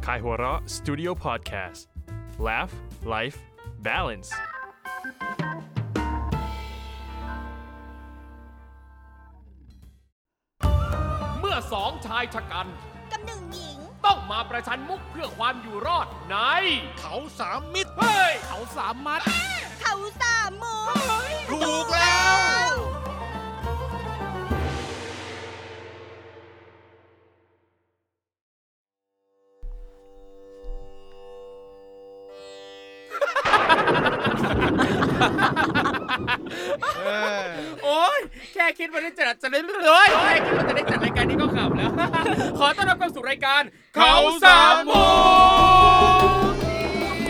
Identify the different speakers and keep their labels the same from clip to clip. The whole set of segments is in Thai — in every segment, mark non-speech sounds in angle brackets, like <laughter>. Speaker 1: Kaihura Studio Podcast Laugh Life Balance
Speaker 2: เมื่อสองชายชะกัน
Speaker 3: กับหนึ่งหญิง
Speaker 2: ต้องมาประชันมุกเพื่อความอยู่รอดใน
Speaker 4: เขาสามมิตร
Speaker 2: เฮ้ย เขาสามมัด
Speaker 3: เขาสามหมู
Speaker 4: ถูกแล้ว
Speaker 2: โอ้ยแค่คิดว่าได้จัดจะได้เลยแค่คิดว่าจะได้จัดรายการนี้ก็ขำแล้ว <laughs> ขอต้อนรับเข้าสู่รายการ เขาสามมุก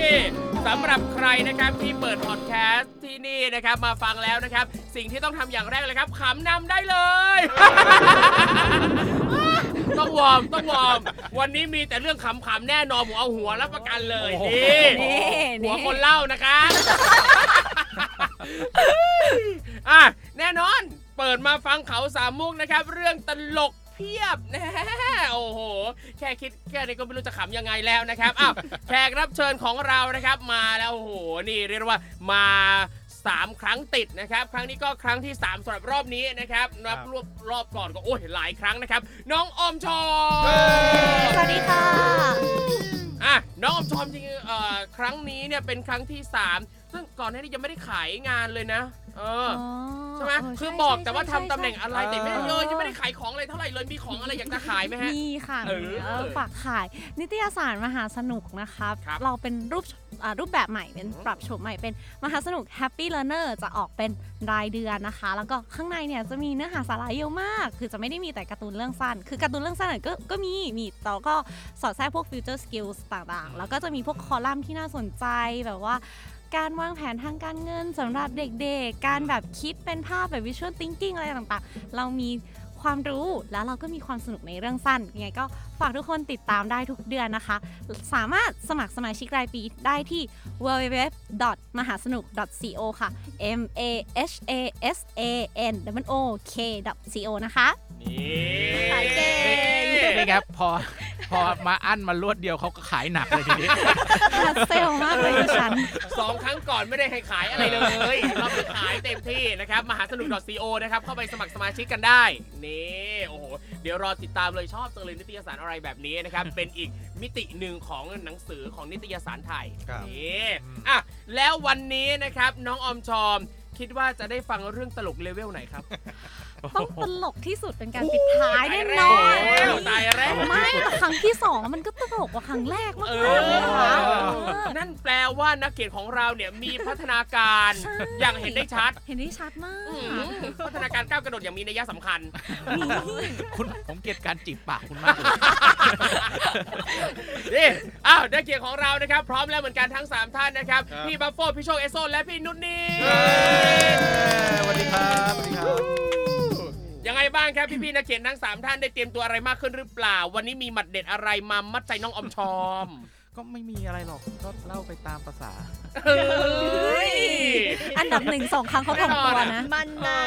Speaker 2: นี่สำหรับใครนะครับที่เปิดพอดแคสต์ที่นี่นะครับมาฟังแล้วนะครับ สิ่งที่ต้องทำอย่างแรกเลยครับขำนำได้เลย <laughs> ต้องวอร์มต้องวอร์มวันนี้มีแต่เรื่องขำๆแน่นอนผมเอาหัวรับประกันเลยนี่หัวคนเล่านะคะอ่ะแน่นอน เปิดมาฟังเขาสามมุกนะครับ เรื่องตลกเพียบ <laughs> นะโอ้โห แค่คิดแค่นี้ก็ไม่รู้จะขำยังไงแล้วนะครับอ้าวแขกรับเชิญของเรานะครับมาแล้วโอ้โหนี่เรียกได้ว่ามา 3 ครั้งติดนะครับ ครั้งนี้ก็ครั้งที่ 3สำหรับรอบนี้นะครับนับรวบรอบก่อนก็โอ้ยหลายครั้งนะครับ น้องออมชอม
Speaker 3: สวัสดีค่ะ
Speaker 2: อ่ะน้องออมชอมจริงๆเอ่อครั้งนี้เนี่ยเป็นครั้งที่ 3 ซึ่งก่อนหน้านี้ยังไม่ได้ขายงานเลยนะ เออใช่ไหมคือบอกแต่ว่าทำตำแหน่งอะไรแต่ไม่ได้เลยยังไม่ได้ขายของอะไรเท่าไหร่เลยมีของอะไรอยากจะขายไหมฮะ
Speaker 5: มีค่ะ
Speaker 2: เออ
Speaker 5: มีเออฝากขาย นิตยสารมหาสนุกนะครับ
Speaker 2: ครับ
Speaker 5: เราเป็นรูปอ่ารูปแบบใหม่เป็นปรับโฉมใหม่เป็นมหาสนุก Happy Learner จะออกเป็นรายเดือนนะคะ แล้วก็ข้างในเนี่ยจะมีเนื้อหาสาระเยอะมาก คือจะไม่ได้มีแต่การ์ตูนเรื่องสั้น คือการ์ตูนเรื่องสั้นน่ะก็ก็มีมีแล้วก็สอดแทรกพวก future skills ต่างๆ แล้วก็จะมีพวกคอลัมน์ที่น่าสนใจแบบว่า การวางแผนทางการเงินสำหรับเด็กๆ การแบบคิดเป็นภาพแบบ visual thinking อะไรต่างๆ เรามีความรู้แล้วเราก็มีความสนุกในเรื่องสั้นยังไงก็ฝากทุกคนติดตามได้ทุกเดือนนะคะ สามารถสมัครสมาชิกรายปีได้ที่ www. มหาสนุก co ค่ะ m a h a s a n o k co นะคะ
Speaker 2: ขายเก่ง
Speaker 4: นี่ครับพอพอมาอั้นมารวดเดียวเขาก็ขายหนักเลยทีนี้
Speaker 5: หาเซลมากเลยดิฉัน
Speaker 2: สองครั้งก่อนไม่ได้ให้ขายอะไรเลยเราไปขายเต็มที่นะครับมหาสนุก .co นะครับเข้าไปสมัครสมาชิกกันได้นี่โอ้โหเดี๋ยวรอติดตามเลยชอบจังเลยนิตยสารอะไรแบบนี้ <laughs> นะครับ เป็นอีกมิติหนึ่งของหนังสือของนิตยสารไทย
Speaker 4: ครับ
Speaker 2: นี่
Speaker 4: อืม
Speaker 2: อ่ะแล้ววันนี้นะครับน้องออมชอม คิดว่าจะได้ฟังเรื่องตลกเลเวลไหนครับ
Speaker 5: ต้องตลกที่สุดเป็นการปิดท้ายแน่นอน
Speaker 2: ตายแล้ว
Speaker 5: ไม่แต่ครั้งที่สองมันก็ตลกกว่าครั้งแรกมาก
Speaker 2: เอ
Speaker 5: ๆเลยค่ะ
Speaker 2: อ
Speaker 5: เออ
Speaker 2: นั่นแปลว่านักเขียนของเราเนี่ยมีพัฒนาการ
Speaker 5: ใช่
Speaker 2: อย่างเห็นได้ชัด
Speaker 5: เห็นได้ชัดมาก
Speaker 2: อืมพัฒนาการก้าวกระโดดอย่างมีนัยสำคัญ
Speaker 4: คุณผมเกลียดการจีบปากคุณมากเลย
Speaker 2: นี่ อ้าวนักเขียนของเรานะครับ พร้อมแล้วเหมือนกันทั้ง 3 ท่านนะครับ
Speaker 4: ครับ
Speaker 2: พี่บัฟโฟพี่โชคเอสโซและพี่นุชนี่
Speaker 4: สวัสดีครับสวัสดีครับ
Speaker 2: ยังไงบ้างครับ พี่ๆนักเขียนทั้ง 3 ท่านได้เตรียมตัวอะไรมากขึ้นหรือเปล่า วันนี้มีหมัดเด็ดอะไรมามัดใจน้องออมชอม
Speaker 4: ก็ไม่มีอะไรหรอกก็เล่าไปตามภาษา
Speaker 2: เฮ้ย
Speaker 5: อันดับหนึ่งสองครั้งเขาถ่อมตัวนะ
Speaker 3: มันนะ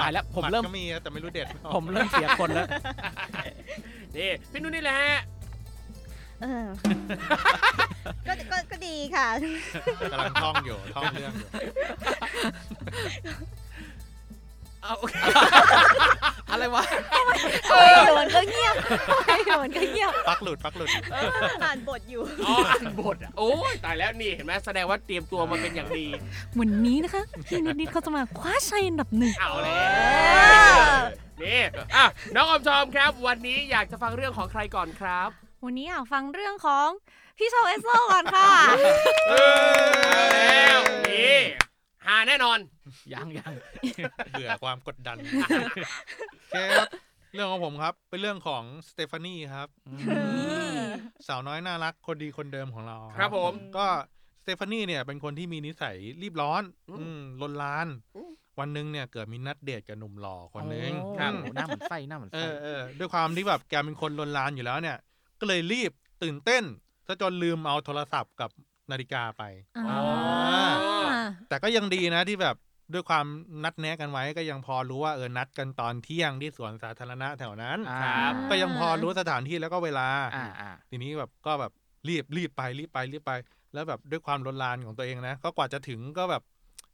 Speaker 4: ตายแล้วผมเริ่ม
Speaker 6: ก็มีนะแต่ไม่รู้เด็ด
Speaker 4: ผมเริ่มเสียคนแล้ว
Speaker 2: นี่พี่นุชนี่แหละฮะ
Speaker 3: เออ ก็ก็ก็ดีค่ะ
Speaker 6: กำลังท่องอยู่ท่องเรื่องอยู่
Speaker 2: เอาโอเค
Speaker 4: อะไรวะ
Speaker 5: ไม่โดนก็เงียบไม่โดนก็เงียบ
Speaker 6: ปักหลุดปักหลุด
Speaker 3: อ่านบทอยู่
Speaker 2: อ๋ออ่านบทอ่ะโอ้ยตายแล้วนี่เห็นไหมแสดงว่าเตรียมตัวมาเป็นอย่างดี
Speaker 5: วันนี้นะคะพี่นิดนิดเขาจะมาคว้าชัยอันดับหนึ่ง
Speaker 2: เอาเลย
Speaker 3: อ
Speaker 2: นี่อ่ะน้องออมชอมครับ วันนี้อยากจะฟังเรื่องของใครก่อนครับ
Speaker 5: วันนี้อยากฟังเรื่องของพี่โชว์เอสโซก่อนค่ะ
Speaker 2: เอาแล้วนี่หาแน่นอน
Speaker 4: ยังยัง
Speaker 6: เบื่อความกดดันโอเคครับ เรื่องของผมครับ เป็นเรื่องของสเตฟานีครับ
Speaker 4: อื
Speaker 3: เอ
Speaker 4: ม
Speaker 3: อ
Speaker 6: สาวน้อยน่ารักคนดีคนเดิมของเรา
Speaker 2: ครับผม
Speaker 6: ก็สเตฟานีเนี่ยเป็นคนที่มีนิสัยรีบร้อน
Speaker 2: อืม
Speaker 6: อืมลนลาน
Speaker 2: อืม
Speaker 6: วันหนึงเนี่ยเกิดมีนัดเดทกับหนุ่มหล่อคนหนึง
Speaker 4: โอ้
Speaker 2: ครับ
Speaker 4: หน้าเหมือนไฟหน้าเหมือน
Speaker 6: เอ
Speaker 4: ไฟ
Speaker 6: อเออด้วยความที่แบบแกเป็นคนลนลานอยู่แล้วเนี่ย ก็เลยรีบตื่นเต้นซะจนลืมเอาโทรศัพท์กับนาฬิกาไป
Speaker 5: อ๋อ
Speaker 6: แต่ก็ยังดีนะที่แบบ ด้วยความนัดแนะกันไว้ก็ยังพอรู้ว่าเออนัดกันตอนเที่ยงที่สวนสาธารณะแถวนั้น
Speaker 4: อ่า
Speaker 2: ครับ
Speaker 6: ก็ยังพอรู้สถานที่แล้วก็เวลา
Speaker 4: อ่าอ่า
Speaker 6: ทีนี้แบบก็แบบรีบรีบไปรีบไปรีบไป แล้วแบบด้วยความลนลานของตัวเองนะ ก็กว่าจะถึงก็แบบ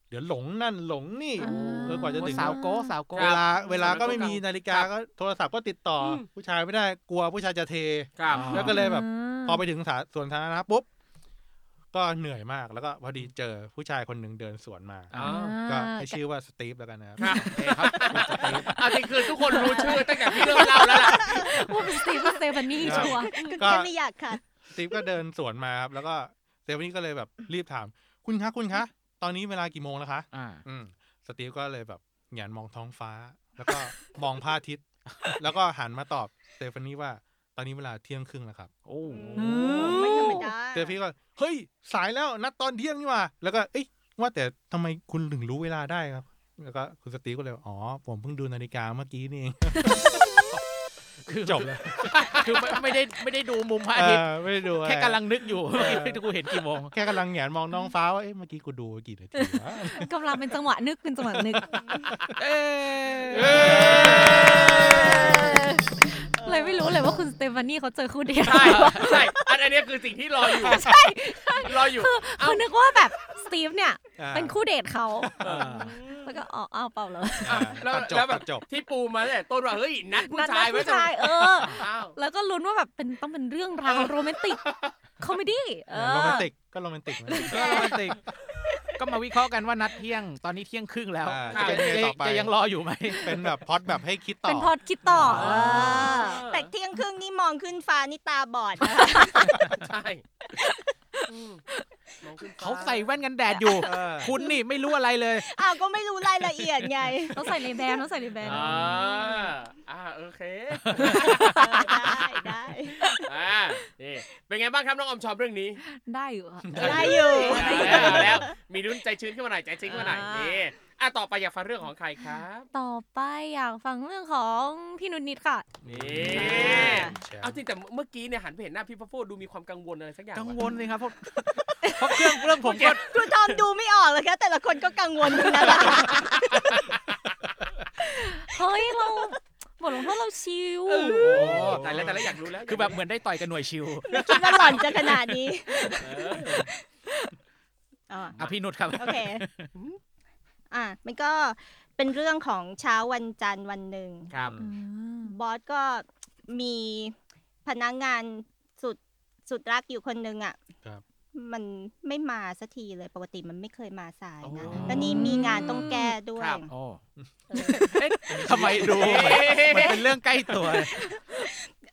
Speaker 6: เดี๋ยวหลงนั่นหลงนี่
Speaker 5: อ่า
Speaker 6: เออกว่าจะถึง
Speaker 4: สาวโก้สาวโก้
Speaker 2: ค
Speaker 6: เว
Speaker 2: รับ
Speaker 6: ลาเวลาก็ไม่มีนาฬิกา
Speaker 2: ครับ
Speaker 6: ก็โทรศัพท์ก็ติดต่ออ
Speaker 2: ม
Speaker 6: ผู้ชายไม่ได้กลัวผู้ชายจะเท
Speaker 2: ครับ
Speaker 4: อ๋อ
Speaker 6: แล้วก็เลยแบบ
Speaker 5: ม
Speaker 6: พอไปถึงสาสวนสาธารณะปุ๊บ ก็เหนื่อยมากแล้วก็พอดีเจอผู้ชายคนหนึ่งเดินสวนมา
Speaker 2: อ่า
Speaker 6: ก็
Speaker 5: า
Speaker 6: ให้ชื่อว่าสตีฟแล้วกันนะครับ
Speaker 2: ครับเอาจริงคือทุกคนรู้ชื่อตั้งแต่พี่เริ่มเล่าแล้วล่ะ
Speaker 5: พูดเป็นสตีฟนสเตฟานี่
Speaker 6: ครับ
Speaker 5: ชัวร์
Speaker 3: ก็
Speaker 6: ก็
Speaker 3: แค่ไม่อยากขัด
Speaker 6: สตีฟก็เดินสวนมาครับแล้วก็เซฟนี่ก็เลยแบบรีบถาม คุณคะคุณคะ ตอนนี้เวลากี่โมงแล้วคะ
Speaker 4: อ่า
Speaker 6: อืมสตีฟก็เลยแบบหยันมองท้องฟ้า แล้วก็ มองพระอาทิตย์ แล้วก็หันมาตอบสเตฟานี่ว่าตอนนี้เวลาเที่ยงครึ่งแล้วครับ
Speaker 4: โอ้โห
Speaker 3: ไม่ธรรมดา
Speaker 6: สเตฟานี่ก็เฮ้ยสายแล้วนัดตอนเที่ยงนี่หว่าแล้วก็เอ๊ะว่าแต่ทำไมคุณถึงรู้เวลาได้ครับ แล้วก็คุณสตีฟก็เลยบอกอ๋อผมเพิ่งดูนาฬิกาเมื่อกี้นี่เอง จบแล้ว
Speaker 4: คือไม่ไม่ได้ไม่ได้ดูมุมพระอาทิตย์
Speaker 6: เออไม่ได้ดูอะไร
Speaker 4: แค่กำลังนึกอยู่
Speaker 6: เออ
Speaker 4: <laughs> กูเห็นกี่โมง
Speaker 6: แค่กำลังแหงนมองน้องฟ้าว่าเอ๊ะเมื่อกี้กูดูกี่นาทีวะ
Speaker 5: กำลังเป็นจังหวะนึกเป็นจังหวะนึก
Speaker 4: เอ๊ะ
Speaker 5: เลยไม่รู้เลยว่าคุณสเตฟานี่เขาเจอคู่เดียว
Speaker 2: ใช่ใช่อันอันเนี้ยคือสิ่งที่รออยู่ใช่รออยู่ เอา
Speaker 5: คือนึกว่าแบบสตีฟเนี่ย
Speaker 6: อ่า
Speaker 5: เป็นคู่เดทเขา
Speaker 4: เออ
Speaker 5: แล้วก็อ๋อเอาเปล่าเหรอ
Speaker 6: อ่า
Speaker 2: แล้ว
Speaker 6: ตัดจบ
Speaker 2: แล้วแบ
Speaker 6: ตั
Speaker 2: บ
Speaker 6: ดจบ
Speaker 2: ที่ปูมาตั้งแต่ต้นว่าเฮ้ยนัดผู้
Speaker 5: นัด
Speaker 2: ชายไว้
Speaker 5: ผู้
Speaker 2: จะ
Speaker 5: ชายเออ
Speaker 2: อ้าว
Speaker 5: แล้วก็ลุ้นว่าแบบเป็นต้องเป็นเรื่องราวโรแมนติก คอมเมดี้เออ
Speaker 6: โรแมนติกก็โรแมนติกนะ
Speaker 4: ก็โรแมนติก ก็มาวิเคราะห์กันว่านัดเที่ยงตอนนี้เที่ยงครึ่งแล้ว
Speaker 6: อ่า
Speaker 4: จะ
Speaker 6: จะเป็นไงต่อไป
Speaker 4: จะยังรออยู่ไหม
Speaker 6: เป็นแบบพล็อดแบบให้คิดต่อ
Speaker 5: เป็นพอดคิดต่อเออ
Speaker 3: แต่เที่ยงครึ่งนี่มองขึ้นฟ้านี่ตาบอดนะคะ
Speaker 2: ใช่อืมมองขึ้นฟ้
Speaker 4: เขาใส่แว่นกันแดดอยู่
Speaker 6: เออ
Speaker 4: คุณนี่ไม่รู้อะไรเลย
Speaker 3: อ้าวก็ไม่รู้รายละเอียดไง
Speaker 5: ต้องใส่ในแบรนด์ต้องใส่ในแบรนด์
Speaker 2: อ่าอ่าโอเค
Speaker 3: เออได้ได้
Speaker 2: อ่า นี่ เป็นไงบ้างครับน้องออมชอบเรื่องนี้
Speaker 5: ได้อยู่อะ
Speaker 3: ได้อยู่
Speaker 2: เอาแล้วเอาแล้ว มีรุ่นใจชื้นขึ้นมาหน่อย ใจชื้นขึ้นมาหน่อย
Speaker 5: อ่านี่
Speaker 2: นี่ อ่ะต่อไปอยากฟังเรื่องของใครครับ
Speaker 5: ต่อไปอยากฟังเรื่องของพี่นุชนิดค่ะ
Speaker 2: นี่ เอาจริงแต่เมื่อกี้เนี่ยหันไปเห็นหน้าพี่พัฟโฟดูมีความกังวลอะไรสักอย่าง
Speaker 4: กัง
Speaker 2: วะ
Speaker 4: วลสิครับเพราะเพราะเครื่องเรื่องผมก็
Speaker 3: ครูทอมดูไม่ออกเลยค่ะแต่ละคนก็กังวลทั้งนั้นแหละ
Speaker 5: เฮ้ย เราบทลงโทษเราชิว
Speaker 2: เออแต่แล้วแต่แล้วอยากรู้แล้ว
Speaker 4: คือแบบเหมือนได้ต่อยกันหน่วยชิว
Speaker 3: ไม่คิดว่าหล่อนจะขนาดนี้
Speaker 2: เออ
Speaker 3: อ๋อ
Speaker 4: อ่ะพี่นุชครับ
Speaker 3: โอเค อ่ะ มันก็เป็นเรื่องของเช้าวันจันทร์วันหนึ่ง
Speaker 2: ครับ
Speaker 3: บอสก็มีพนักงานสุดสุดรักอยู่คนหนึ่งอ่ะ
Speaker 6: ครับ
Speaker 3: มันไม่มาสักทีเลยปกติมันไม่เคยมาสายนะ
Speaker 2: โอ้
Speaker 3: แล้วนี่มีงานต้องแก้ด้วย
Speaker 2: ครับ
Speaker 4: โอ้
Speaker 3: เออ
Speaker 4: ทำไมดูเหมือนมันเป็นเรื่องใกล้ตัวเลย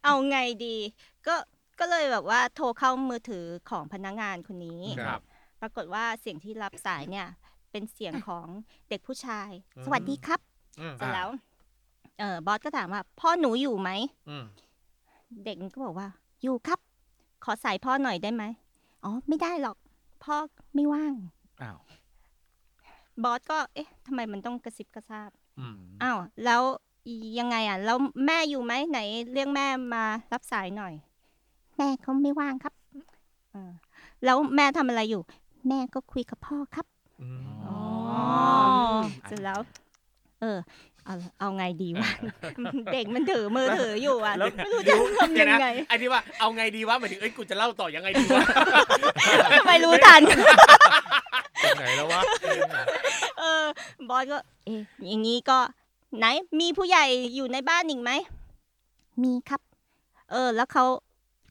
Speaker 3: เอาไงดี ก็ก็เลยแบบว่าโทรเข้ามือถือของพนักงานคนนี้
Speaker 2: ครับ
Speaker 3: ปรากฏว่าเสียงที่รับสายเนี่ย เป็นเสียงของเด็กผู้ชาย สวัสดีครับ
Speaker 6: อืม
Speaker 3: เสร็จแล้ว เออบอสก็ถามว่า พ่อหนูอยู่ไหม
Speaker 6: อืม
Speaker 3: เด็กก็บอกว่า อยู่ครับ ขอสายพ่อหน่อยได้ไหมอ๋อ ไม่ได้หรอก พ่อไม่ว่าง
Speaker 4: อ้าว
Speaker 3: บอสก็ เอ๊ะทำไมมันต้องกระซิบกระซาบ
Speaker 6: อืม
Speaker 3: อ้าว แล้วยังไงอ่ะ แล้วแม่อยู่ไหมไหนเรียกแม่มารับสายหน่อย แม่เขาไม่ว่างครับเออแล้วแม่ทำอะไรอยู่ แม่ก็คุยกับพ่อครับ
Speaker 6: อืม
Speaker 3: อ๋อเสร็จแล้ว เออ เอาเอาไงดีวะ เด็กมันถือมือถืออยู่อ่ะ
Speaker 2: แล้ว
Speaker 3: ไม่รู้จะทำ
Speaker 2: เดี๋ยว
Speaker 3: ยั
Speaker 2: นะ
Speaker 3: งไง
Speaker 2: ไอ้ที่ว่าเอาไงดีวะหมายถึงเอ้ยกูจะเล่าต่อยังไงดีวะ
Speaker 3: ทำไมรู้ทัน
Speaker 6: จากไหนแล้ววะ
Speaker 3: เออบอสก็ เอ๊ะอย่างนี้ก็ ไหนมีผู้ใหญ่อยู่ในบ้านอีกไหม มีครับ เออ แล้วเขา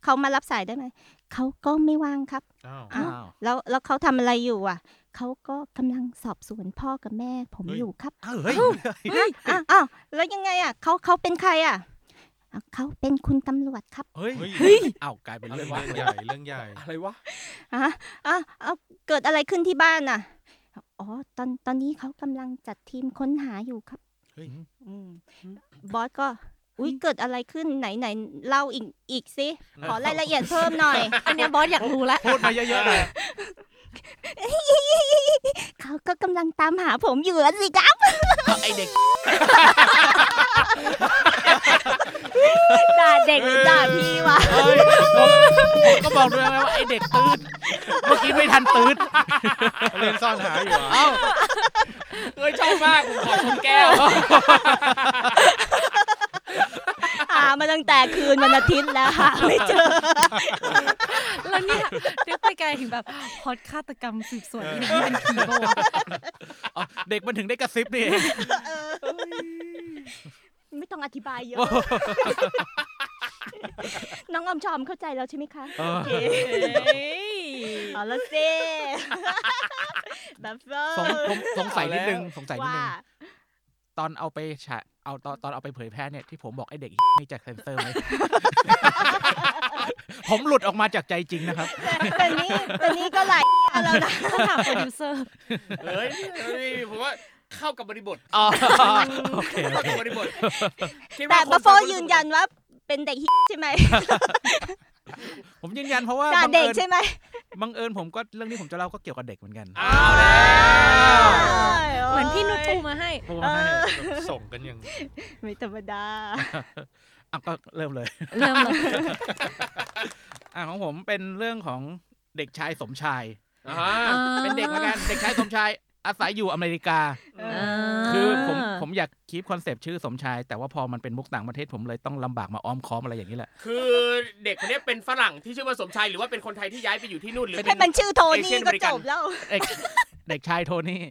Speaker 3: เขามารับสายได้ไหม เขาก็ไม่ว่างครับ
Speaker 6: อ้าว
Speaker 4: อ้าว
Speaker 3: แล้วแล้วเขาทำอะไรอยู่อ่ะ เขาก็กำลังสอบสวนพ่อกับแม่ผม
Speaker 6: เฮ้ย
Speaker 3: อยู่ครับ
Speaker 4: อ้าวเฮ้ย
Speaker 3: อ้าวอ้าวแล้วยังไงอ่ะเขาเขาเป็นใครอ่ะอ่ะเขาเป็นคุณตำรวจครับ
Speaker 4: เฮ้ย
Speaker 6: เฮ้ย
Speaker 4: อ้าวกลายเป็น
Speaker 6: เรื่
Speaker 4: เรื่
Speaker 6: อ
Speaker 4: อง งว่า
Speaker 6: ใหญ่ เรื่องใหญ่
Speaker 2: อะไรวะ
Speaker 3: อ่ะอ่ะเอาเกิดอะไรขึ้นที่บ้านอ่ะ อ๋อ ตอนตอนนี้เขากำลังจัดทีมค้นหาอยู่ครับ
Speaker 6: เฮ้ย
Speaker 3: อืมบอสก็ อุ้ยเกิดอะไรขึ้นไหนไหนเล่าอีกอีกสิขอรายละเอียดเพิ่มหน่อย
Speaker 5: <laughs> อันเนี้ยบอสอยากรู้ละ
Speaker 4: พูดมาเยอะๆเลย
Speaker 3: เขาก็กำลังตามหาผมอยู่อะสิครับ
Speaker 2: ไอเด็ก
Speaker 3: ด่าเด็กหรือด่าพี่วะ
Speaker 4: เฮ้ยผมผมก็บอกด้วยนะว่าไอเด็กตืดเมื่อกี้ไม่ทันตืด
Speaker 6: เล่นซ่อนหาอยู่เหรอ
Speaker 4: เอ้า
Speaker 2: เอ้ยชอบมากผมขอชนแก้ว
Speaker 3: หามาตั้งแต่คืนวันอาทิตย์แล้วหาไม่เจอ
Speaker 5: แล้วเนี่ยนึกไปไกลถึงแบบพอดฆาตกรรมสืบสวนนี่มันเป็นผีปะวะ
Speaker 4: อ๋อเด็กมันถึงได้กระซิบนี่
Speaker 3: ไม่ต้องอธิบายเยอะ น้องออมชอมเข้าใจแล้วใช่ไหมคะ
Speaker 4: เออ
Speaker 3: โอเคเอาละสิแบบเฟอร์
Speaker 4: สงผมสงสัยนิดนึงสงสัยนิด
Speaker 3: ว่า
Speaker 4: นึง ตอนเอาไปฉะเอาตอนตอนเอาไปเผยแพร่เนี่ยที่ผมบอกไอ้เด็ก ไม่จะเซนเซ
Speaker 3: <laughs>
Speaker 4: อร์ไหม ผมหลุดออกมาจากใจจริงนะครับ
Speaker 3: แต่นี่แต่นี่ก็หลายแล้วนะ
Speaker 5: ต้องถามโปรดิวเซอร์
Speaker 2: เฮ้ยเฮ้ยผมว่าเข้ากับบริบท
Speaker 4: อ๋อ โอเคโอ
Speaker 2: เข้า
Speaker 4: เค
Speaker 2: กับบริบทคิด
Speaker 3: แต่
Speaker 2: ว่าค
Speaker 3: บัฟ
Speaker 2: น
Speaker 3: เฟอ
Speaker 2: ฟัง
Speaker 3: ร์ยืนยันว่าเป็นเด็กฮิใช่ไหม
Speaker 4: ผมยืนยันเพราะว่า
Speaker 3: ด่า
Speaker 4: บัง
Speaker 3: เด็ก
Speaker 4: เอิญ
Speaker 3: ใช่ไหม
Speaker 4: บังเอิญผมก็เรื่องที่ผมจะเล่าก็เกี่ยวกับเด็กเหมือนกัน
Speaker 2: อ้าวแล้ว
Speaker 5: เหมือนพี่นุชปูมาให้
Speaker 4: เพราะว่าให้
Speaker 6: <laughs> ส่งกันอย่าง
Speaker 3: ไม่ธรรมดา
Speaker 4: อ่ะก็เริ่มเลย
Speaker 5: เริ่มเลย
Speaker 4: อ่ะของผมเป็นเรื่องของเด็กชายสมชาย
Speaker 2: อ่า
Speaker 5: อ่า
Speaker 4: เป็นเด็กละกันเด็กชายสมชาย อาศัยอยู่อเมริกา
Speaker 5: อ่า
Speaker 4: คือผมผมอยากคีปคอนเซปต์ชื่อสมชาย แต่ว่าพอมันเป็นมุกต่างประเทศผมเลยต้องลำบากมาอ้อมค้อมอะไรอย่างนี้แหละ
Speaker 2: คือเด็กคนเนี้ยเป็นฝรั่งที่ชื่อว่าสมชายหรือว่าเป็นคนไทยที่ย้ายไปอยู่ที่นู่นหรือ
Speaker 3: ให้
Speaker 2: เป็น
Speaker 3: มันชื่อโท
Speaker 2: เอเชี
Speaker 3: นี่
Speaker 2: ยน
Speaker 3: ก็
Speaker 2: บริ
Speaker 3: จ
Speaker 2: การ
Speaker 3: บแล้ว
Speaker 4: เด็กเด็กชายโทนี่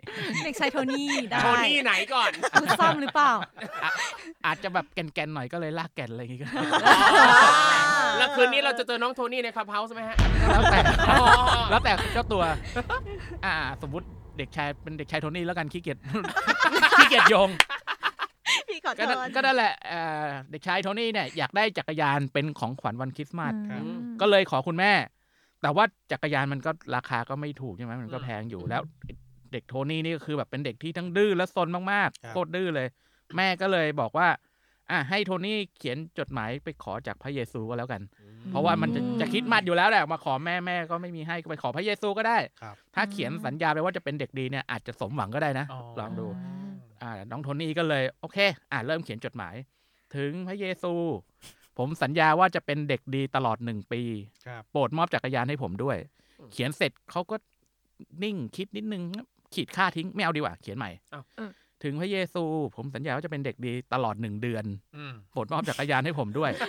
Speaker 5: เด็กชายโทนี่ได้
Speaker 2: โทนี่ไหนก่อน
Speaker 5: คุณซ่อมหรือเปล่า
Speaker 4: อาจจะแบบแก่นๆหน่อยก็เลยลากแก่นอะไรอย่างงี้ก็
Speaker 2: แล้วคืนนี้เราจะเจอน้องโทนี่ในคลับเฮาส์ไหมฮะ
Speaker 4: แล้วแต่
Speaker 2: อ๋อ
Speaker 4: แล้วแต่เจ้าตัว อ่า สมมติเด็กชายเป็นเด็กชายโทนี่แล้วกันขี้เกียจ <laughs> ขี้เกียจโยง
Speaker 3: พี่ขอ
Speaker 4: ก็
Speaker 3: โท
Speaker 4: นั่น
Speaker 3: ษ
Speaker 4: ก็นั่นแหละเอ่อเด็กชายโทนี่เนี่ยอยากได้จักรยานเป็นของขวัญวันคริสต์มาส
Speaker 6: ครับ
Speaker 4: ก็เลยขอคุณแม่ แต่ว่าจักรยานมันก็ราคาก็ไม่ถูกใช่ไหมมันก็
Speaker 2: อืม
Speaker 4: แพงอยู่แล้ว เด็กโทนี่นี่ก็คือแบบเป็นเด็กที่ทั้งดื้อและซนมาก
Speaker 6: ครับ
Speaker 4: ๆโคตรดื้อเลย แม่ก็เลยบอกว่า อ่ะให้โทนี่เขียนจดหมายไปขอจากพระเยซูก็แล้วกัน เพราะว่ามันจะ
Speaker 5: อืม
Speaker 4: จะคริดมัดอยู่แล้วแหละมาขอแม่แม่ก็ไม่มีให้ก็ไปขอพระเยซูก็ได้
Speaker 6: ครับ
Speaker 4: ถ้าเขียนสัญญาไปว่าจะเป็นเด็กดีเนี่ยอาจจะสมหวังก็ได้นะ
Speaker 6: อ๋อ
Speaker 4: ลองดู อ่าน้องโทนี่ก็เลยโอเค อ่าเริ่มเขียนจดหมาย ถึงพระเยซู ผมสัญญาว่าจะเป็นเด็กดีตลอดหนึ่งปี
Speaker 6: ครับ
Speaker 4: โปรดมอบจักรยานให้ผมด้วย
Speaker 2: อืม
Speaker 4: เขียนเสร็จเขาก็นิ่งคิดนิดนึง ขีดค่าทิ้งไม่เอาดีกว่า เขียนใหม่
Speaker 2: อ้าว
Speaker 5: อืม
Speaker 4: ถึงพระเยซู ผมสัญญาว่าจะเป็นเด็กดีตลอดหนึ่งเดือน
Speaker 6: อืม
Speaker 4: โปรดมอบจักรยานให้ผมด้วย
Speaker 6: <laughs>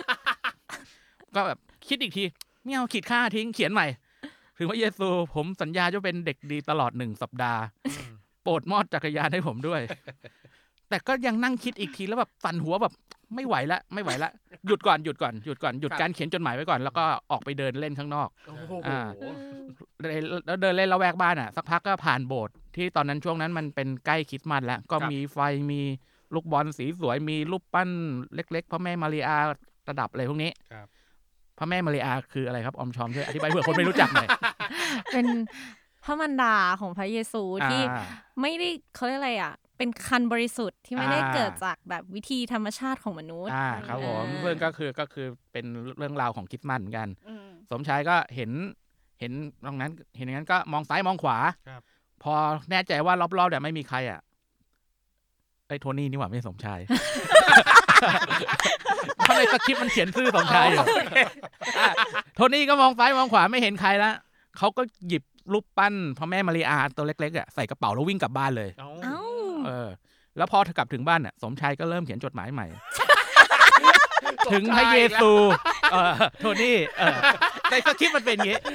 Speaker 4: ก็แบบคิดอีกทีไม่เอาขีดค่าทิ้งเขียนใหม่ ถึงพระเยซู ผมสัญญาจะเป็นเด็กดีตลอดหนึ่งสัปดาห์
Speaker 6: อืม
Speaker 4: โปรดมอบจักรยานให้ผมด้วย แต่ก็ยังนั่งคิดอีกทีแล้วแบบสั่นหัวแบบไม่ไหวละไม่ไหวละหยุดก่อนหยุดก่อนหยุดก่อนหยุด
Speaker 2: ครับ
Speaker 4: การเขียนจดหมายไว้ก่อนแล้วก็ออกไปเดินเล่นข้างนอก
Speaker 2: โอ้โห
Speaker 4: อ่า แล้วเดินเล่นละแวกบ้านอ่ะ สักพักก็ผ่านโบสถ์ที่ตอนนั้นช่วงนั้นมันเป็นใกล้คริสต์มาสแล้ว ก็
Speaker 2: ครับ
Speaker 4: มีไฟมีลูกบอลสีสวยมีรูปปั้นเล็ก ๆพระแม่มารีอาระดับอะไรพวกนี้
Speaker 6: ครับ
Speaker 4: พระแม่มารีอาคืออะไรครับออมชอมช่วยอธิบายเผื่อคนไม่รู้จักหน่อย
Speaker 5: เป็นพระมันดาของพระเยซูที่
Speaker 4: อ่า
Speaker 5: ไม่ได้เขาเรียกอะไรอ่ะ เป็นคันบริสุทธิ์ที่ไม่ได้
Speaker 4: อ่า
Speaker 5: เกิดจากแบบวิธีธรรมชาติของมนุษย์
Speaker 4: อ่าครับผม
Speaker 5: อ่า
Speaker 4: เพื่อนก็คือก็คือเป็นเรื่องราวของคริสต์มาสเหมือนกัน
Speaker 3: อืม
Speaker 4: สมชายก็เห็นเห็นตรงนั้น เห็นอย่างนั้นก็มองซ้ายมองขวา
Speaker 6: ครับ
Speaker 4: พอแน่ใจว่ารอบๆเนี่ยไม่มีใครอ่ะไอ้ยโทนี่นี่หว่าไม่ใช่สมชาย เพราะในสคริปต์มันเขียนชื่อสมชาย
Speaker 6: <laughs>
Speaker 4: อยู่อ่ะโทนี่ก็มองซ้ายมองขวาไม่เห็นใครละเขาก็หยิบรูปปั้นพระแม่มารีอาตัวเล็กๆอ่ะใส่กระเป๋าแล้ววิ่งกลับบ้านเลย
Speaker 6: เอ้า
Speaker 5: เอ้า
Speaker 4: เออ แล้วพอกลับถึงบ้านอ่ะ สมชายก็เริ่มเขียนจดหมายใหม่ ถึงพระเยซู เออโทนี่เออในสคริปต์มันเป็นอย่างงี้ <laughs>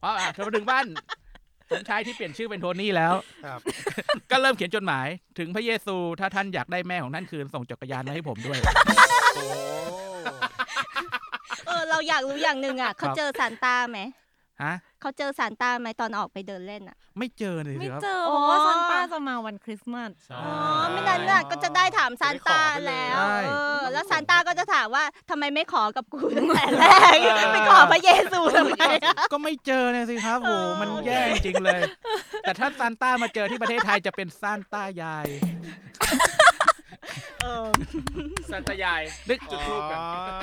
Speaker 4: เพราะอ่ะเธอมาถึงบ้านสมชายที่เปลี่ยนชื่อเป็นโทนี่แล้ว
Speaker 6: ครับ
Speaker 4: ก็เริ่มเขียนจดหมายถึงพระเยซู ถ้าท่านอยากได้แม่ของท่านคืนส่งจักรยานมาให้ผมด้วย
Speaker 6: โอ้
Speaker 3: เออ เราอยากรู้อย่างหนึ่งอ่ะ เขาเจอสานตาไหม
Speaker 4: ฮะ
Speaker 3: เขาเจอสานตาไหมตอนออกไปเดินเล่นอ่ะ
Speaker 4: ไม่เจอเลยสิ
Speaker 5: ไม่
Speaker 4: ครับ
Speaker 5: เจอ
Speaker 3: โอ้
Speaker 5: เพราะว่าซานต้าจะมาวันคริสต์มาส
Speaker 3: อ๋อ ไม่นั้นน่ะก็จะได้ถามซานตาแล้ว
Speaker 4: ใช่
Speaker 3: เออ แล้วซานตาก็จะถามว่าทำไมไม่ขอกับกูตั้งแต่แรก
Speaker 6: เออ
Speaker 3: ไม่ขอพระเยซูทำไมอะ
Speaker 4: ก็ไม่เจอเลยสิครับโหมันแย่จริงๆเลย แต่ถ้าซานต้ามาเจอที่ประเทศไทยจะเป็นซานต้ายาย
Speaker 3: เออ
Speaker 2: สันตยาย
Speaker 4: นึก
Speaker 2: จุดทูปกัน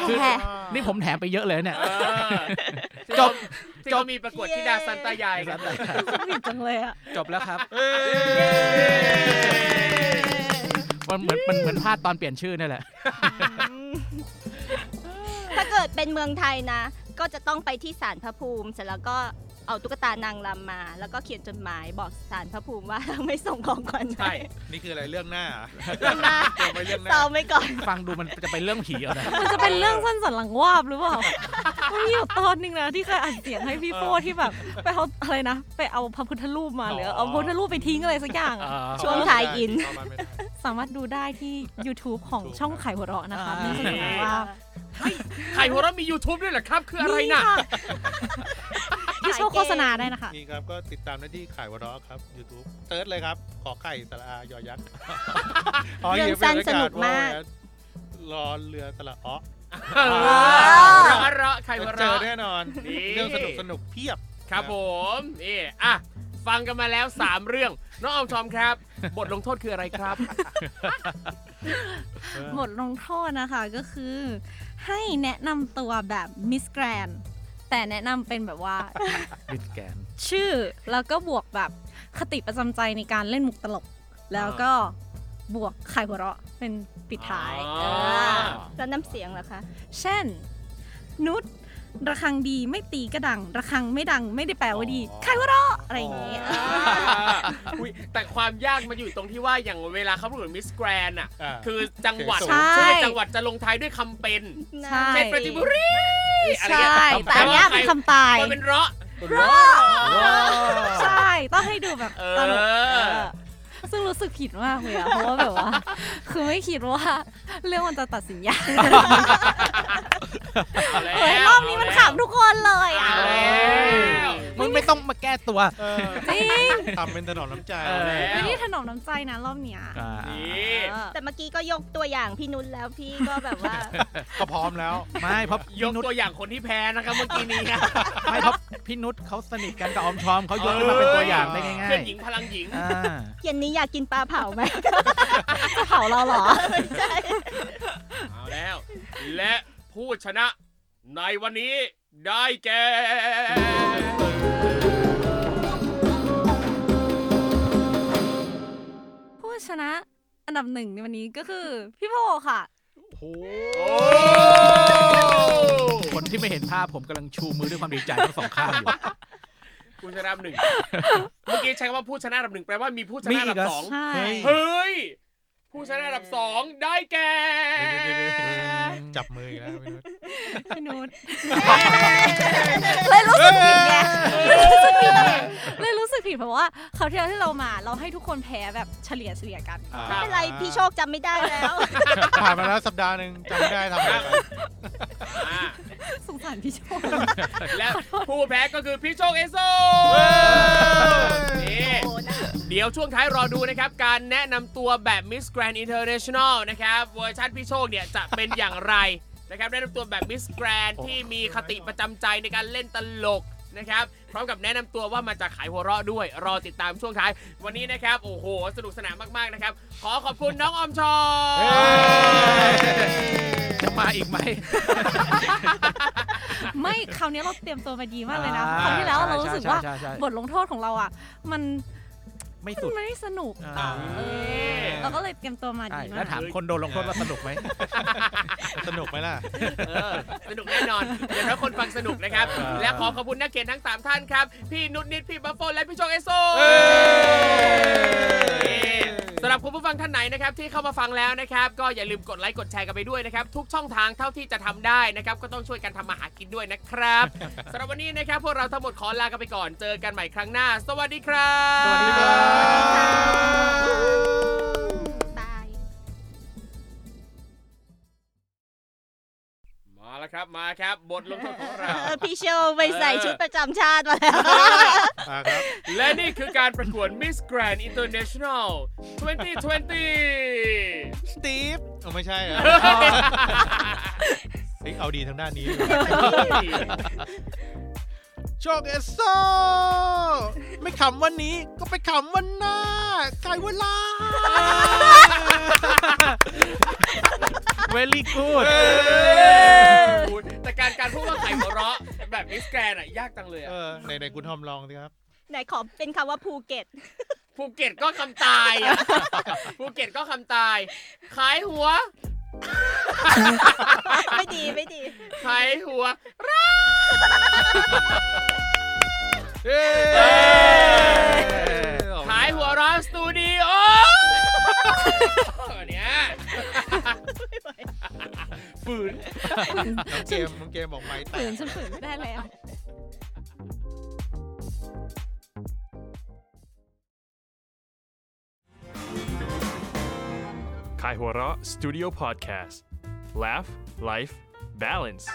Speaker 4: คือ
Speaker 3: แหม่
Speaker 4: นี่ผมแถมไปเยอะเลยเนี่ย
Speaker 2: เออ
Speaker 4: จบ
Speaker 2: ที่เขามีประกวดที่ดาสันตายายกัน
Speaker 5: ผิดจังเลยอ่ะ
Speaker 4: จบแล้วครับ มันเหมือนมันเหมือนพลาดตอนเปลี่ยนชื่อนี่แหละ
Speaker 3: ถ้าเกิดเป็นเมืองไทยนะ ก็จะต้องไปที่ศาลพระภูมิ เสร็จแล้วก็ เอาตุ๊กตานางรำมา แล้วก็เขียนจดหมายบอกสารพระภูมิว่าไม่ส่งของก่อน <laughs>
Speaker 2: ใช่
Speaker 6: นี่คืออะไรเรื่องหน้าเหรอ
Speaker 3: นะ
Speaker 6: เก็บไว้เรื่องหน้า
Speaker 3: เศร้าไว้ก่อน
Speaker 4: ฟังดูมันจะเป็นเรื่องผีเอานะ
Speaker 5: มันจะเป็นเรื่องสั้นสันหลังวาบหรือเปล่า มันมีอยู่ตอนหนึ่งนะที่เคยอ่านเสียงให้พี่โฟที่แบบ ไปเอาอะไรนะ ไปเอาพระพุทธรูปมาหรือ เอาพระพุทธรูปไปทิ้งอะไรสักอย่างอะ
Speaker 3: ช่วงท้ายอิน
Speaker 6: เข้าบ้าไม่ได้
Speaker 5: สามารถดูได้ที่ YouTube ของช่องไข่หัวเราะนะคะ
Speaker 4: อ่า
Speaker 5: มีสนุกว่า
Speaker 2: ไข่หัวเราะมี YouTube ด้วยเหรอครับ คืออะไรน่ะ
Speaker 5: ที่โชว์โฆษณาได้นะคะ
Speaker 6: นี่ครับก็ติดตามได้ที่ขายวะเร้อครับ YouTube เติร์ดเลยครับ ขอไข่สระอายอยักษ์
Speaker 3: เรื่องสั้นสนุกมาก
Speaker 6: รอเรือสระอ้อ
Speaker 2: เออหัวเราะไข่หัว
Speaker 6: เจอ
Speaker 2: เราะ
Speaker 6: แน่นอน
Speaker 2: นี่
Speaker 6: เรื่องสนุกสนุกๆเพียบ
Speaker 2: ครับผมนี่อ่ะฟังกันมาแล้ว 3 เรื่อง น้องออมชอมครับ บทลงโทษคืออะไรครับ
Speaker 5: บทลงโทษนะคะก็คือ ให้แนะนำตัวแบบมิสแกรนแต่แนะนำเป็นแบบว่า
Speaker 4: บิดแกน
Speaker 5: ชื่อแล้วก็บวกแบบคติประจำใจในการเล่นมุกตลก แล้วก็บวกไข่หัวเราะเป็นปิดท้าย
Speaker 2: อ๋อ
Speaker 5: เออ
Speaker 3: แล้วน้ำเสียงเหรอคะ
Speaker 5: เช่น นุชระคังดีไม่ตีกระดัง ระคังไม่ดังไม่ได้แปลว่าดี
Speaker 6: อ๋อ
Speaker 5: ไข่หัวเราะอะไรอย่างเงี้ย
Speaker 2: อุ๊ยแต่ความยากมันอยู่ตรงที่ว่าอย่างเวลาเขาพูดถึงมิสแกรนอ่ะ
Speaker 6: อ่า
Speaker 2: คือจังหวัด
Speaker 6: ใช่
Speaker 2: ซึ่งจังหวัดจะลงท้ายด้วยคำเป็น
Speaker 5: ใช่
Speaker 2: เช่นประจิบุรีอะไร
Speaker 5: ใ
Speaker 2: เงี้ย
Speaker 5: ช่แต่อันเนี้ยเป็นคำตาย
Speaker 2: มันเป็นเราะ
Speaker 5: ใช่ต้องให้ดูแบบ
Speaker 2: เออ
Speaker 5: ตลกเออซึ่งรู้สึกผิดมากเลยอะเพราะว่าแบบว่า คือไม่คิดว่า เรื่องมันจะตัดสิน
Speaker 4: <laughs>
Speaker 5: ยาก
Speaker 2: เอาแล้ว
Speaker 5: เฮ้ยรอบนี้มันขำทุกคนเลยอะ
Speaker 2: เอาแล้ว
Speaker 4: มึงไม่ต้องมาแก้ตัว
Speaker 6: เออ
Speaker 5: จริง
Speaker 6: ทำเป็นถนอมน้ำใจ
Speaker 4: เออ
Speaker 5: ไม่ได้ถนอมน้ำใจนะรอบเนี้ย
Speaker 2: นี่
Speaker 5: เออ
Speaker 3: แต่เมื่อกี้ก็ยกตัวอย่างพี่นุชแล้วพี่ก็แบบ
Speaker 5: <laughs>
Speaker 3: ว่า
Speaker 6: ก็พร้อมแล้ว
Speaker 4: ไม่เพราะ
Speaker 2: ย
Speaker 4: พี่
Speaker 2: ก
Speaker 4: นุช
Speaker 2: ตัวอย่างคนที่แพ้นะครับเมื่อกี้นี้นะ
Speaker 4: ไม่เพราะพี่นุชเขาสนิทกันกับออมชอมเขายกขึ้นมาเป็นตัวอย่างได้ง่าย
Speaker 2: เพื่อนหญิงพลังหญิง
Speaker 4: ๆอ่า
Speaker 3: เย็นนี้อยากกินปลาเผาไหม
Speaker 5: จะเผาเราเหรอ
Speaker 3: ใช่
Speaker 2: เอาแล้ว และผู้ชนะในวันนี้ได้แก่
Speaker 5: ผู้ชนะอันดับหนึ่งในวันนี้ก็คือ พี่โพค่ะ
Speaker 4: คนที่ไม่เห็นภาพผมกำลังชูมือด้วยความดีใจทั้งสองข้างอยู่
Speaker 2: ผู้ชนะอันดับหนึ่ง เมื่อกี้ใช้คำว่าผู้ชนะอันดับหนึ่งแปลว่ามีผู้ช
Speaker 4: มี
Speaker 2: นะอั
Speaker 4: อี
Speaker 2: น
Speaker 4: ก
Speaker 2: ดั
Speaker 4: เหรอ
Speaker 2: บสอง
Speaker 5: ใช่
Speaker 6: เฮ้
Speaker 2: เฮ้ย ผู้ชนะอันดับสองได้แก่
Speaker 6: จับมืออีกแล้วพี่นุช
Speaker 5: พี่นุชเลยรู้สึกผิดไงเลยรู้สึกผิดเพราะว่าเขาวที่แล้วที่เรามาเราให้ทุกคนแพ้แบบเฉลี่ยเฉลี่ยกัน
Speaker 6: อ่า
Speaker 2: ค
Speaker 3: ไม่
Speaker 2: บ
Speaker 3: เป็นไรพี่โชคจำไม่ได้แล้ว
Speaker 6: ผ่านมาแล้วสัปดาห์หนึ่งจำไม่ได้ทำอะไรไป
Speaker 2: อ่า
Speaker 5: สงสารพี่โชค
Speaker 2: และผู้แพ้ก็คือพี่โชคเอโซนี่
Speaker 3: โอ้นะ
Speaker 2: เดี๋ยวช่วงท้ายรอดูนะครับ การแนะนำตัวแบบ Miss Grand International นะครับ เวอร์ชันพี่โชคเนี่ยจะเป็นอย่างไรนะครับ แนะนำตัวแบบ Miss Grand ที่มีคติประจำใจในการเล่นตลกนะครับ พร้อมกับแนะนำตัวว่ามาจากขายหัวเราะด้วย รอติดตามช่วงท้าย วันนี้นะครับ โอ้โห สนุกสนานมาก ๆ นะครับ ขอขอบคุณน้องออมชอ
Speaker 6: เฮ้
Speaker 4: จะมาอีกไหม
Speaker 5: <laughs> ไม่คราวนี้เราเตรียมตัวมาดีมากเลยนะครา
Speaker 4: อ่า
Speaker 5: วที่แล้วเรารู้สึกว่า
Speaker 4: ใช่ใช่ใช่ใช่
Speaker 5: บทลงโทษของเราอ่ะ มัน
Speaker 4: ไม่
Speaker 5: มั
Speaker 4: สุ
Speaker 5: น
Speaker 4: ด
Speaker 5: ไม่สนุก
Speaker 4: อ่า
Speaker 5: เออเราก็เลยเตรียมตัวมา
Speaker 4: ใช่
Speaker 5: ดีมา
Speaker 4: แล้ว
Speaker 5: ก
Speaker 4: ถามคนโดนลงโทษว่าสนุกไหม
Speaker 6: สนุกไหมล่ะ
Speaker 2: เออสนุกแน่นอนเดี๋ยวถ้าคนฟังสนุกนะครับ และขอขอบคุณนักเขียนทั้งสามท่านครับ พี่นุชนิด พี่บัฟโฟและพี่โชคเอโซ สำหรับคุณผู้ฟังท่านไหนนะครับที่เข้ามาฟังแล้วนะครับ ก็อย่าลืมกดไลค์กดแชร์กันไปด้วยนะครับ ทุกช่องทางเท่าที่จะทำได้นะครับ ก็ต้องช่วยกันทำมาหากินด้วย
Speaker 4: <laughs>
Speaker 2: นะครับ สำหรับวันนี้นะครับ พวกเราทั้งหมดขอลากันไปก่อนเจอกันใหม่ครั้งหน้า สวัสดีครับ
Speaker 4: สวัสดีครับ
Speaker 3: บาย
Speaker 2: มาแล้วครับมาครับ บทลงโทษของเรา
Speaker 3: เออพี่โชคไปใส่ชุดประจำชาติมาแล้ว
Speaker 6: อ่าครับ
Speaker 2: และนี่คือการประกวด Miss Grand International 2020
Speaker 6: <laughs> สตีฟเอาไม่ใช่เหรอเฮ้ยเอาดีทางด้านนี้ดีกว่า โชคเอสโซ ไม่ขำวันนี้ก็ไปขำวันหน้าไกลเวลา
Speaker 4: very good
Speaker 2: แต่การการพูดว่าไข่หัวเราะแบบมิสแกรนอะยากจังเลย
Speaker 6: เอ
Speaker 2: อะ
Speaker 6: อไหนๆคุณทอมลองสิครับ
Speaker 3: ไหนขอเป็นคำว่าภูเก็ต <laughs>
Speaker 2: ภูเก็ตก็คำตาย
Speaker 6: <laughs>
Speaker 2: อะภูเก็ตก็คำตาย ขายหัว
Speaker 3: ไม่ดีไม่ดี
Speaker 2: ขายหัว
Speaker 6: เย้
Speaker 2: ขายหัวเร้อนสตูดิ
Speaker 6: <laughs>
Speaker 2: โอเนี่ยฝืน
Speaker 6: น้องเกมน้องเกมบอกไม่แต
Speaker 5: ฝื
Speaker 6: ก
Speaker 5: นฉันฝืนไม่ได้แล้ว
Speaker 1: Kaihura Studio Podcast. Laugh, Life, Balance.